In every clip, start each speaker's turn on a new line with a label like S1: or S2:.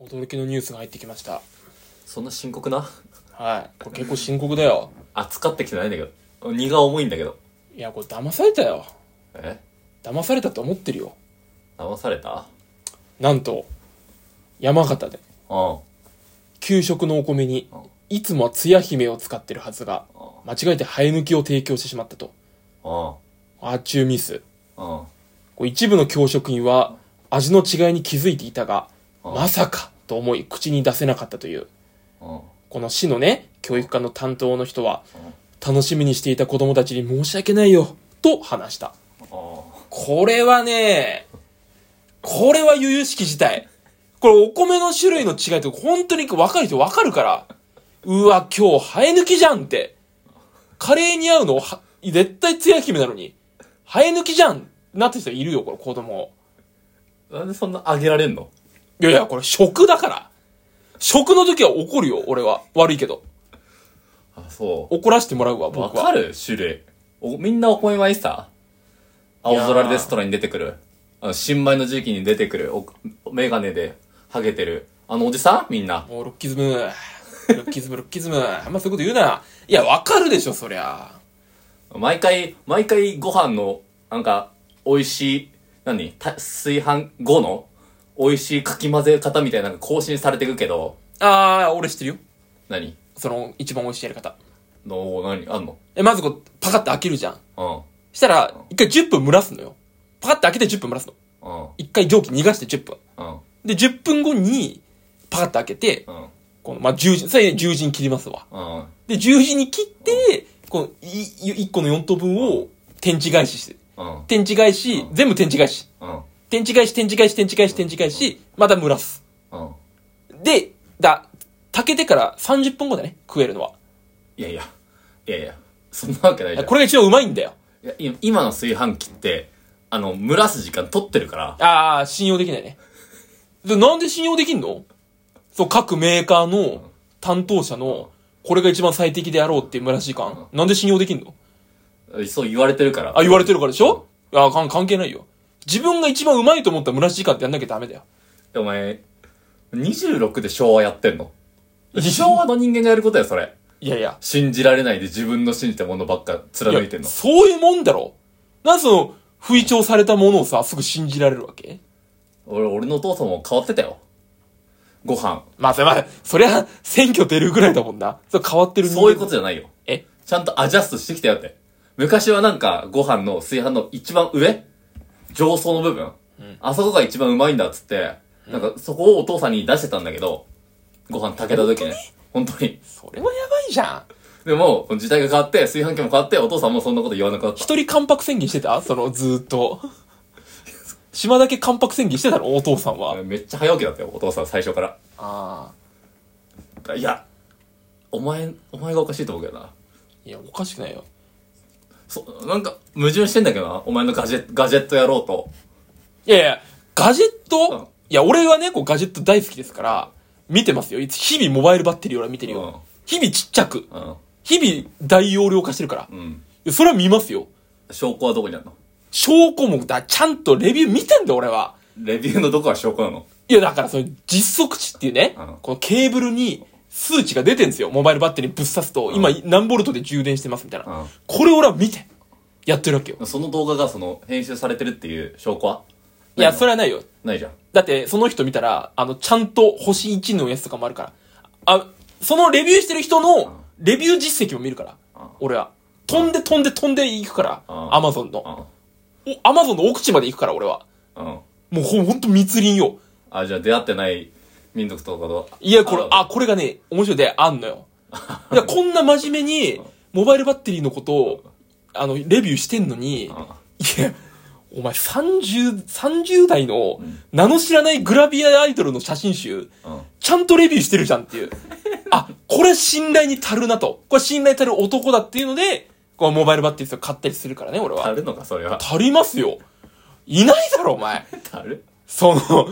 S1: 驚きのニュースが入ってきました
S2: そんな深刻な
S1: はいこれ結構深刻だよ
S2: 扱ってきてないんだけど荷が重いんだけど
S1: いやこれ騙されたよ
S2: え
S1: 騙されたと思ってるよ
S2: 騙された
S1: なんと山形で
S2: うん
S1: 給食のお米にいつもはつや姫を使ってるはずが間違えて生え抜きを提供してしまったと
S2: うん
S1: あーチューミス
S2: うん
S1: こう一部の教職員は味の違いに気づいていたが
S2: うん
S1: まさかと思い口に出せなかったという
S2: うん
S1: この市のね教育課の担当の人は
S2: うん
S1: 楽しみにしていた子供たちに申し訳ないよと話した
S2: う
S1: これはねこれは由々しき事態これお米の種類の違いって本当に分かる人分かるからうわ今日生え抜きじゃんってカレーに合うのは絶対つや姫なのに生え抜きじゃんなってる人いるよこれ子供
S2: んなんでそんな上げられんの
S1: いやいやこれ食だから食の時は怒るよ俺は悪いけど
S2: あそ
S1: 怒らせてもらうわ
S2: うわ
S1: 僕は
S2: かる種類おみんなお米はいいさ青空レストランに出てくるあの新米の時期に出てくるおメガネでハゲてるあのおじさんみんな
S1: もうロッキズム、ロッキズム、ロッキズム、あんまそういうこと言うな。いや、わかるでしょ、そりゃ。
S2: 毎回、毎回ご飯の、なんか、美味しい、何た炊飯後の、美味しいかき混ぜ方みたいなのが更新されていくけど、
S1: あー、俺知ってるよ。
S2: 何
S1: その、一番美味しいやり方。
S2: の、何あんの
S1: え、まずこう、パカッて開けるじゃん。
S2: う
S1: したら、一回10分蒸らすのよ。パカッて開けて10分蒸らすの。
S2: ん、うん、
S1: 一回蒸気逃がして10分。
S2: うん、
S1: で、10分後に、パカッて開けて
S2: う、ん、
S1: この、まあ、10時、それ10時に切りますわ。
S2: うん、
S1: で、10時に切って、この、い、1個の4等分を、天地返しして。
S2: うん、
S1: 天地返し、全部天地返し。
S2: うん、
S1: 天地返し、天地返し、天地返し、天地返し、また蒸らす。
S2: うん。
S1: で、だ、炊けてから30分後だね、食えるのは。
S2: いやいや、いやいや、そんなわけないじゃん。
S1: これが一番うまいんだよ。
S2: いやい今の炊飯器って、あの、蒸らす時間取ってるから、
S1: あー、信用できないね。で、なんで信用できんのそう、各メーカーの担当者の、これが一番最適であろうっていう村時間。なんで信用できんの
S2: そう言われてるから。
S1: あ、言われてるからでしょいや、かん関係ないよ。自分が一番うまいと思った村時間ってやんなきゃダメだよ。
S2: お前、26で昭和やってんの昭和の人間がやることや、それ。
S1: いやいや。
S2: 信じられないで自分の信じたものばっか貫いてんの
S1: や。そういうもんだろ。なんでその、不意調されたものをさ、すぐ信じられるわけ
S2: 俺、俺のお父さんも変わってたよ。ご飯。
S1: まあ、それまあ、そりゃ、選挙出るぐらいだもんな。そう変わってる人間
S2: そういうことじゃないよ。
S1: え
S2: ちゃんとアジャストしてきたよって。昔はなんか、ご飯の炊飯の一番上上層の部分、あそこが一番うまいんだっつって、なんかそこをお父さんに出してたんだけど、ご飯炊けた時ね。本当に。
S1: それはやばいじゃん。
S2: でも、時代が変わって、炊飯器も変わって、お父さんもそんなこと言わなくなった。
S1: 一人関白宣言してたその、ずーっと。島だけ関白宣言してたのお父さんは。
S2: めっちゃ早起きだったよ、お父さん最初から。
S1: ああ。
S2: いや、お前、お前がおかしいと思うけどな。
S1: いや、おかしくないよ。
S2: そ、なんか、矛盾してんだけどな。お前のガジェガジェットやろうと。
S1: いやいや、ガジェッ
S2: うん
S1: トいや、俺はね、こう、ガジェット大好きですから、見てますよ。いつ日々モバイルバッテリー俺は見てるよ。日々ちっちゃく。
S2: うん。
S1: 日々大容量化してるから。い
S2: うん。
S1: やそれは見ますよ。
S2: 証拠はどこにあるの
S1: 証拠もだ、ちゃんとレビュー見てんだよ、俺は。
S2: レビューのどこが証拠なの
S1: いや、だからその実測値っていうね、
S2: うん
S1: このケーブルに数値が出てんですよ。モバイルバッテリーぶっ刺すと、今何ボルトで充電してますみたいな。
S2: うん
S1: これ俺は見て、やってるわけよ。
S2: その動画がその、編集されてるっていう証拠はい
S1: や、そ
S2: れ。
S1: れはないよ。
S2: ないじゃん。
S1: だって、その人見たら、あの、ちゃんと星1のやつとかもあるから。あ、そのレビューしてる人の、レビュー実績も見るから
S2: うん。
S1: 俺は。飛んで飛んで飛んでいくから。
S2: うん
S1: アマゾンの。おアマゾンの奥地まで行くから、俺は。
S2: うん。うん。
S1: もうほほんと密林よ。
S2: あ、じゃあ出会ってない民族とかと。
S1: いや、これ、
S2: あ
S1: あ、これがね、面白いで、あんのよ。いや、こんな真面目に、モバイルバッテリーのことを、あの、レビューしてんのに、い
S2: ん
S1: や、お前30、30代の、名の知らないグラビアアイドルの写真集、
S2: うん。
S1: ちゃんとレビューしてるじゃんっ ていう。あ、これ信頼に足るなと。これ信頼足る男だっていうので、このモバイルバッテリーを買ったりするからね、俺
S2: あ
S1: は。
S2: るのか、それは。
S1: 足りますよ。いないだろ、お前。
S2: ある
S1: その、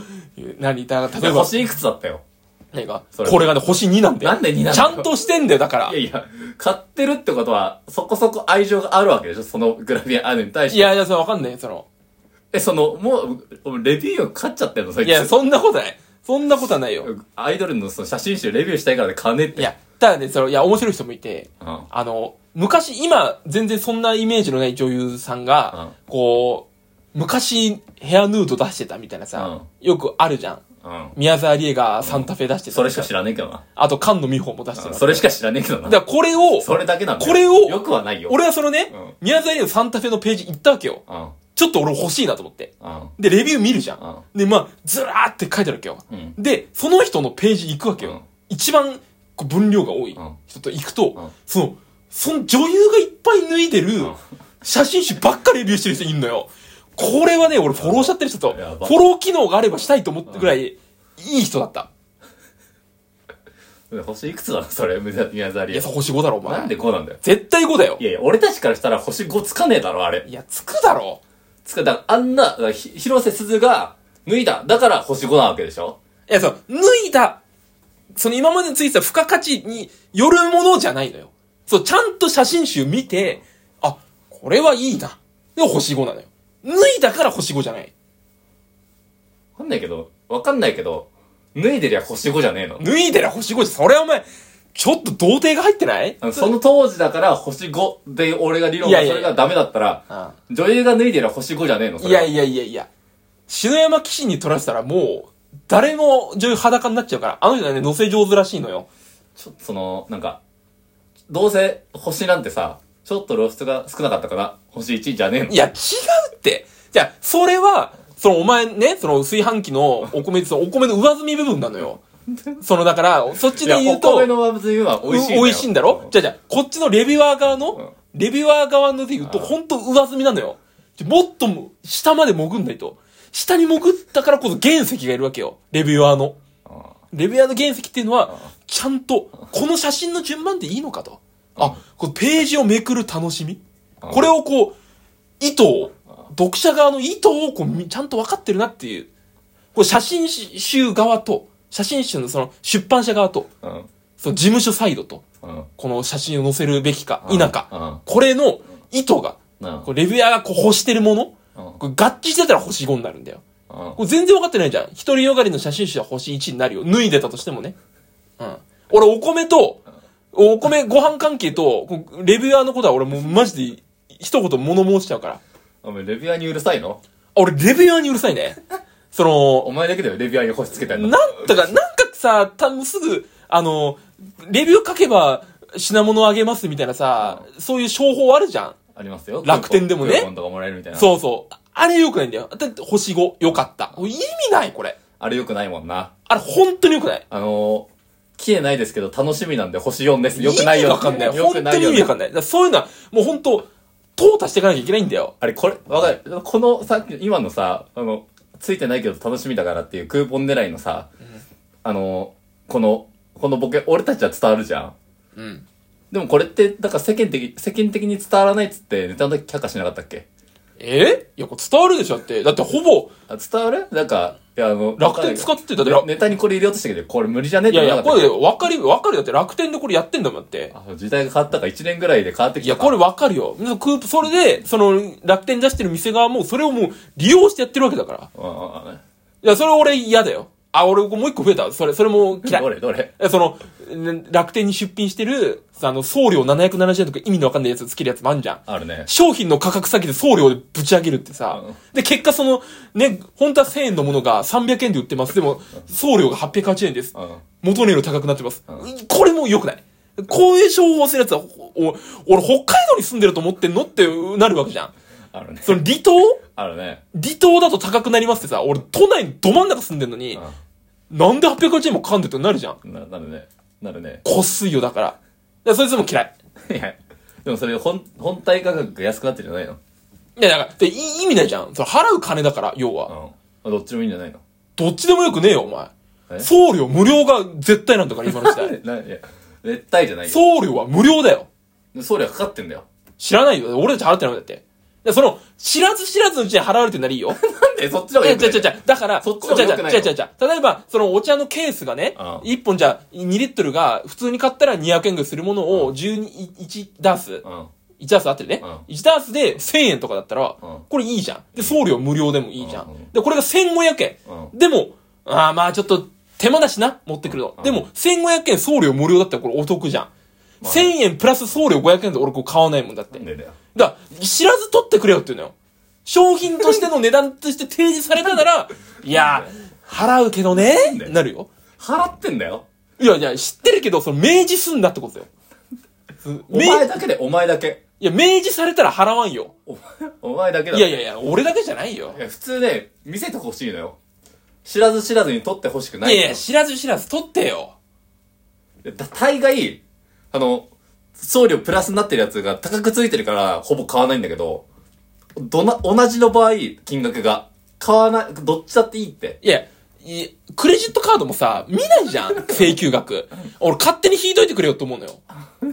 S1: 何だ、
S2: い
S1: 例え
S2: や、
S1: ば。
S2: 星いくつだったよ。
S1: 何が
S2: それ
S1: これがね、星2なんだよ。
S2: なんで2なん
S1: ち
S2: だ
S1: ゃ
S2: よ
S1: んとしてんだよ、だから
S2: いや。いや、買ってるってことは、そこそこ愛情があるわけでしょそのグラビアアイドルに対して。
S1: いやいや、それわかんないよ、その。
S2: え、その、もう、レビューを勝っちゃってんのそいつ
S1: いや、そんなことない。そんなことはないよ。
S2: アイドルのその写真集レビューしたいからで金って。
S1: いや、ただね、その、いや、面白い人もいて、
S2: うん。
S1: あの、昔、今、全然そんなイメージのない女優さんが、こう、昔、ヘアヌード出してたみたいなさ、よくあるじゃん。
S2: うん。
S1: 宮沢りえがサンタフェ出してた、
S2: それしか知らねえけどな。
S1: あと、菅野美穂も出して
S2: う
S1: た。
S2: んそれしか知らねえけど
S1: だ
S2: な
S1: か。ら、これを、
S2: それだけなんだよ
S1: これを
S2: よくはないよ。
S1: 俺はそのね、
S2: うん
S1: 宮沢りえのサンタフェのページ行ったわけよ。
S2: うん。
S1: ちょっと俺欲しいなと思って。
S2: うん。
S1: で、レビュー見るじゃん。
S2: うん
S1: で、まあ、ずらーって書いてあるわけよ。
S2: うん。
S1: で、その人のページ行くわけよ。
S2: うん
S1: 一番こう分量が多い
S2: うん
S1: 人と行くと、
S2: ん
S1: その、その女優がいっぱい脱いでる
S2: ん
S1: 写真集ばっかりレビューしてる人いんのよ。これはね、俺フォローしちゃってる人と、フ
S2: やば
S1: ォロー機能があればしたいと思ったぐらい、いい人だった。
S2: 星いくつだろそれ、宮沢
S1: い
S2: りえ
S1: や、そ。こ星5だろ、お前。
S2: なんでこうなんだよ。
S1: 絶対5だよ
S2: い。やいや、俺たちからしたら星5つかねえだろ、あれ。
S1: いや、つくだろ。
S2: つか、だからあんな、だからひ広瀬すずが脱いだ。だから星5なわけでしょ
S1: いや、その、脱いだ、その今までについてた付加価値によるものじゃないのよ。そう、ちゃんと写真集見て、あ、これはいいな。で、星5なのよ。脱いだから星5じゃない。
S2: わかんないけど、わかんないけど、脱いでりゃ星5じゃねえの。
S1: 脱いでら星5じゃ、それお前、ちょっと童貞が入ってない
S2: あのその当時だから星5で俺が理論
S1: いや
S2: が
S1: いや
S2: そ
S1: いや
S2: れがダメだったら、
S1: あ
S2: 女優が脱いでりゃ星5じゃねえのそ
S1: い
S2: れは
S1: やいやいやいや。篠山騎士に取らせたらもう、誰も女優裸になっちゃうから、あの人はね、乗せ上手らしいのよ。
S2: ちょっとその、なんか、どうせ星なんてさ、ちょっと露出が少なかったから、星1じゃねえの
S1: いや、違うって。じゃあ、それは、そのお前ね、その炊飯器のお米、そのお米の上積み部分なのよ。そのだから、そっちで
S2: いや
S1: 言う
S2: お
S1: と、
S2: 米のまぶつは美味しいんだよ。
S1: う美味しいんだろじゃあじゃあこっちのレビュアー側の、レビュアー側ので言うと、ほんと上積みなのよ。じゃもっとも下まで潜んないと。下に潜ったからこそ原石がいるわけよ。レビュアーの。レビュアーの原石っていうのは、ちゃんと、この写真の順番でいいのかと。あ、このページをめくる楽しみ。
S2: うん
S1: これをこう、意図を、読者側の意図をこうみちゃんと分かってるなっていう。これ写真集側と、写真集のその出版社側と、
S2: うん。
S1: その事務所サイドと、
S2: うん。
S1: この写真を載せるべきか、否
S2: う
S1: か。
S2: ん。
S1: これの意図が、
S2: うん。
S1: こうレビュアーがこう欲してるもの、
S2: うん
S1: これ合致してたら星5になるんだよ。
S2: うん
S1: これ全然分かってないじゃん。一人よがりの写真集は星1になるよ。脱いでたとしてもね。うん。俺お米と、お米ご飯関係と、こうレビュアーのことは俺もうマジで一言物申しちゃうから。あ
S2: お前、レビュアーにうるさいの
S1: 俺レビュアーにうるさいね。その
S2: お、前だけだよ、レビュアーに星つけたんだ。
S1: なんとか、なんかさ、多分すぐ、あの、レビュー書けば品物あげますみたいなさ、そういう商法あるじゃん。
S2: ありますよ。
S1: 楽天でもね
S2: クーポンとかもらえるみたいな。う。
S1: そうそう。あれ良くないんだよ。だって星5、良かった。意味ない、これ。
S2: あれよくないもんな。
S1: あれ、本当に良くない。
S2: あのー、消えないですけど、楽しみなんで星4です。よくないよ。
S1: 意味わかんない。
S2: よ
S1: 本
S2: く
S1: 当
S2: ない
S1: に
S2: よ
S1: 意味わかんない。だからそういうのは、もう本当、淘汰していかなきゃいけないんだよ。
S2: あれ、これ、わかる。この、さっき、今のさ、あの、ついてないけど楽しみだからっていうクーポン狙いのさ、あの、この、このボケ、俺たちは伝わるじゃん。
S1: うん。
S2: でもこれって、だから世間的、世間的に伝わらないっつって、ネタの時却下しなかったっけ
S1: えいや、これ伝わるでしょだって。だってほぼ、
S2: あ、伝わるなんか、いや、あの、
S1: 楽天使ってた
S2: だ
S1: だって
S2: ネタにこれ入れようとしたけど、これ無理じゃねえっ
S1: い
S2: て
S1: やい
S2: 言わ
S1: や、
S2: なか
S1: こ
S2: ったっけ
S1: れ分かるよ、分かるよ。だって楽天でこれやってんだもん、だって。
S2: あ時代が変わったか、1年ぐらいで変わってき
S1: い
S2: た
S1: や、
S2: か。
S1: これ分かるよ。クープ、それで、その、楽天出してる店側も、それをもう、利用してやってるわけだから。
S2: うんうんうん
S1: いや、それ俺嫌だよ。あ、俺もう一個増えた。それ、それも嫌い
S2: ど。れどれ
S1: えその、ん楽天に出品してる、あの、送料770円とか意味のわかんないやつつけるやつもあんじゃん。
S2: あるね。
S1: 商品の価格詐欺で送料でぶち上げるってさ
S2: うん。
S1: で、結果その、ね、本当は1000円のものが300円で売ってます。でも、送料が880円です
S2: う。ん。
S1: 元値より高くなってます。これも良くない。こういう商法をするやつは、おお俺北海道に住んでると思ってんのってなるわけじゃん。
S2: あるね。
S1: その離島
S2: あるね。
S1: 離島だと高くなりますってさ、俺都内のど真ん中住んでんのに、なんで880円もかんでってなるじゃん。
S2: な、なるね。なるね。
S1: こっすいよだから。だからそいつも嫌い。
S2: いや、でもそれ本、本体価格が安くなってるんじゃないの
S1: いや、だから、でい意味ないじゃん。それ払う金だから、要は。
S2: うん。どっちもいいんじゃないの
S1: どっちでもよくねえよ、お
S2: え
S1: 前。送料無料が絶対なんだから、今の時 代。
S2: ないや、絶対じゃないよ。
S1: 送料は無料だよ。
S2: 送料かかってんだよ。
S1: 知らないよ。俺たち払ってないもんだって。でその、知らず知らずのうちに払われてんならいいよ。
S2: なんでそっちの方
S1: い
S2: が
S1: や、
S2: いい
S1: 違う違う違う。だから、
S2: そっちの方が
S1: 違う違
S2: 良
S1: う
S2: くな
S1: 違
S2: いの
S1: う違う違う例えば、そのお茶のケースがね、
S2: うん
S1: 1本じゃ2リットルが普通に買ったら200円ぐらいするものを12、1ダース、
S2: うん。
S1: 1ダースあってるね。
S2: う
S1: 1ダースで1000円とかだったら、
S2: うん
S1: これいいじゃん。で、送料無料でもいいじゃん。
S2: うんうん
S1: で、これが1500円。
S2: う
S1: でも、ああまあちょっと手間だしな、持ってくるの。でも、1500円送料無料だったらこれお得じゃん。
S2: まあ
S1: 1000円プラス送料500円で俺これ買わないもんだって。
S2: なんでだよ。
S1: だから、知らず取ってくれよって言うのよ。商品としての値段として提示されたな ら、いや、払うけどね
S2: で、
S1: なるよ。
S2: 払ってんだよ。
S1: いやいや、知ってるけど、その明示すんだってことよ。
S2: お
S1: めい
S2: 前だけで、お前だけ。
S1: や、明示されたら払わんよ。
S2: お前、お前だけだ
S1: いやいやいや、俺だけじゃないよ
S2: い。や普通ね、見せてほしいのよ。知らず知らずに撮ってほしく
S1: い
S2: な
S1: や
S2: い
S1: い
S2: のよ
S1: や、知らず知らず取ってよ。
S2: だ大概、あの、送料プラスになってるやつが高くついてるから、ほぼ買わないんだけど、どな、同じの場合、金額が、買わない、どっちだっていいって。
S1: いや、いクレジットカードもさ、見ないじゃ ん、請求額。俺勝手に引いといてくれよって思うのよ。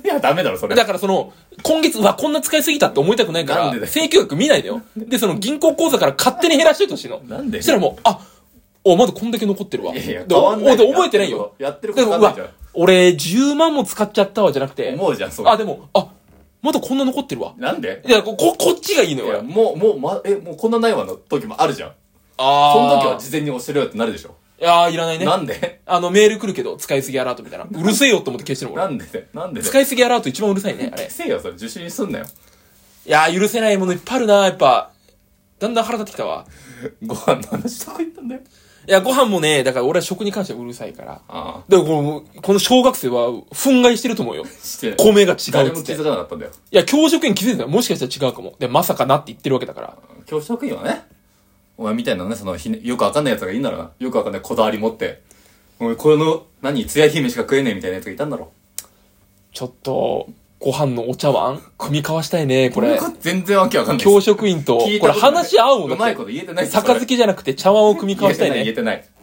S2: いや、ダメだろ、それ。
S1: だからその、今月、うわ、こんな使いすぎたって思いたくないか
S2: なん
S1: ら
S2: で、だよ
S1: 請求額見ないでよ。で、その銀行口座から勝手に減らしといてほしいの。
S2: なんで
S1: そしたらもう、あ、お、まだこんだけ残ってるわ。
S2: いやいや、
S1: で
S2: 変わんない。
S1: おで覚えてないよ。。
S2: やってるこ
S1: だ
S2: と
S1: から
S2: 変
S1: う
S2: わんない
S1: わ
S2: じゃん。、
S1: 俺10万も使っちゃったわ、じゃなくて。
S2: 思うじゃん、そ
S1: あ、
S2: れ。
S1: でも、あ、まだこんな残ってるわ。
S2: なんで
S1: いや、こ、ここっちがいいの
S2: いや、
S1: よ。
S2: もう、もう、ま、え、もうこんなないわの時もあるじゃん。
S1: あ
S2: その
S1: ー
S2: 時は事前に教えろよってなるでしょ。
S1: いやーいらないね。
S2: なんで
S1: あの、メール来るけど、使いすぎアラートみたいな。うるせえよって思って消してるもん
S2: な
S1: 俺。
S2: んでだよなんでだよ
S1: 使いすぎアラート一番うるさいね、あれ。
S2: せいよ、それ受信すんなよ。
S1: いやー許せないものいっぱいあるな、やっぱ。だんだん腹立ってきたわ。
S2: ご飯の話とか言ったんだよ。
S1: いや、ご飯もね、だから俺は食に関してはうるさいから。
S2: あ
S1: でもこの、この小学生は、憤慨してると思うよ。
S2: あ。して、
S1: 米が違
S2: 誰
S1: うっつ
S2: も
S1: っ
S2: 気
S1: て。
S2: づ
S1: い
S2: かなかったんだよ。
S1: や、教職員気づいてたらもしかしたら違うかも。で、まさかなって言ってるわけだから。
S2: 教職員はね、お前みたいなね、そのひね、よくわかんない奴がいいんだろうな。よくわかんないこだわり持って。お前、この、何、つや姫しか食えねえみたいな奴がいたんだろ。
S1: ちょっと、ご飯のお茶碗組み交わしたいね、これ。
S2: 全然わけわかんないです。
S1: 教職員と、これ話し合おう
S2: う
S1: の
S2: まいこと言えてないです
S1: 杯じゃなくて茶碗を組み交わしたい
S2: 言え
S1: ね。
S2: てない、言えてない。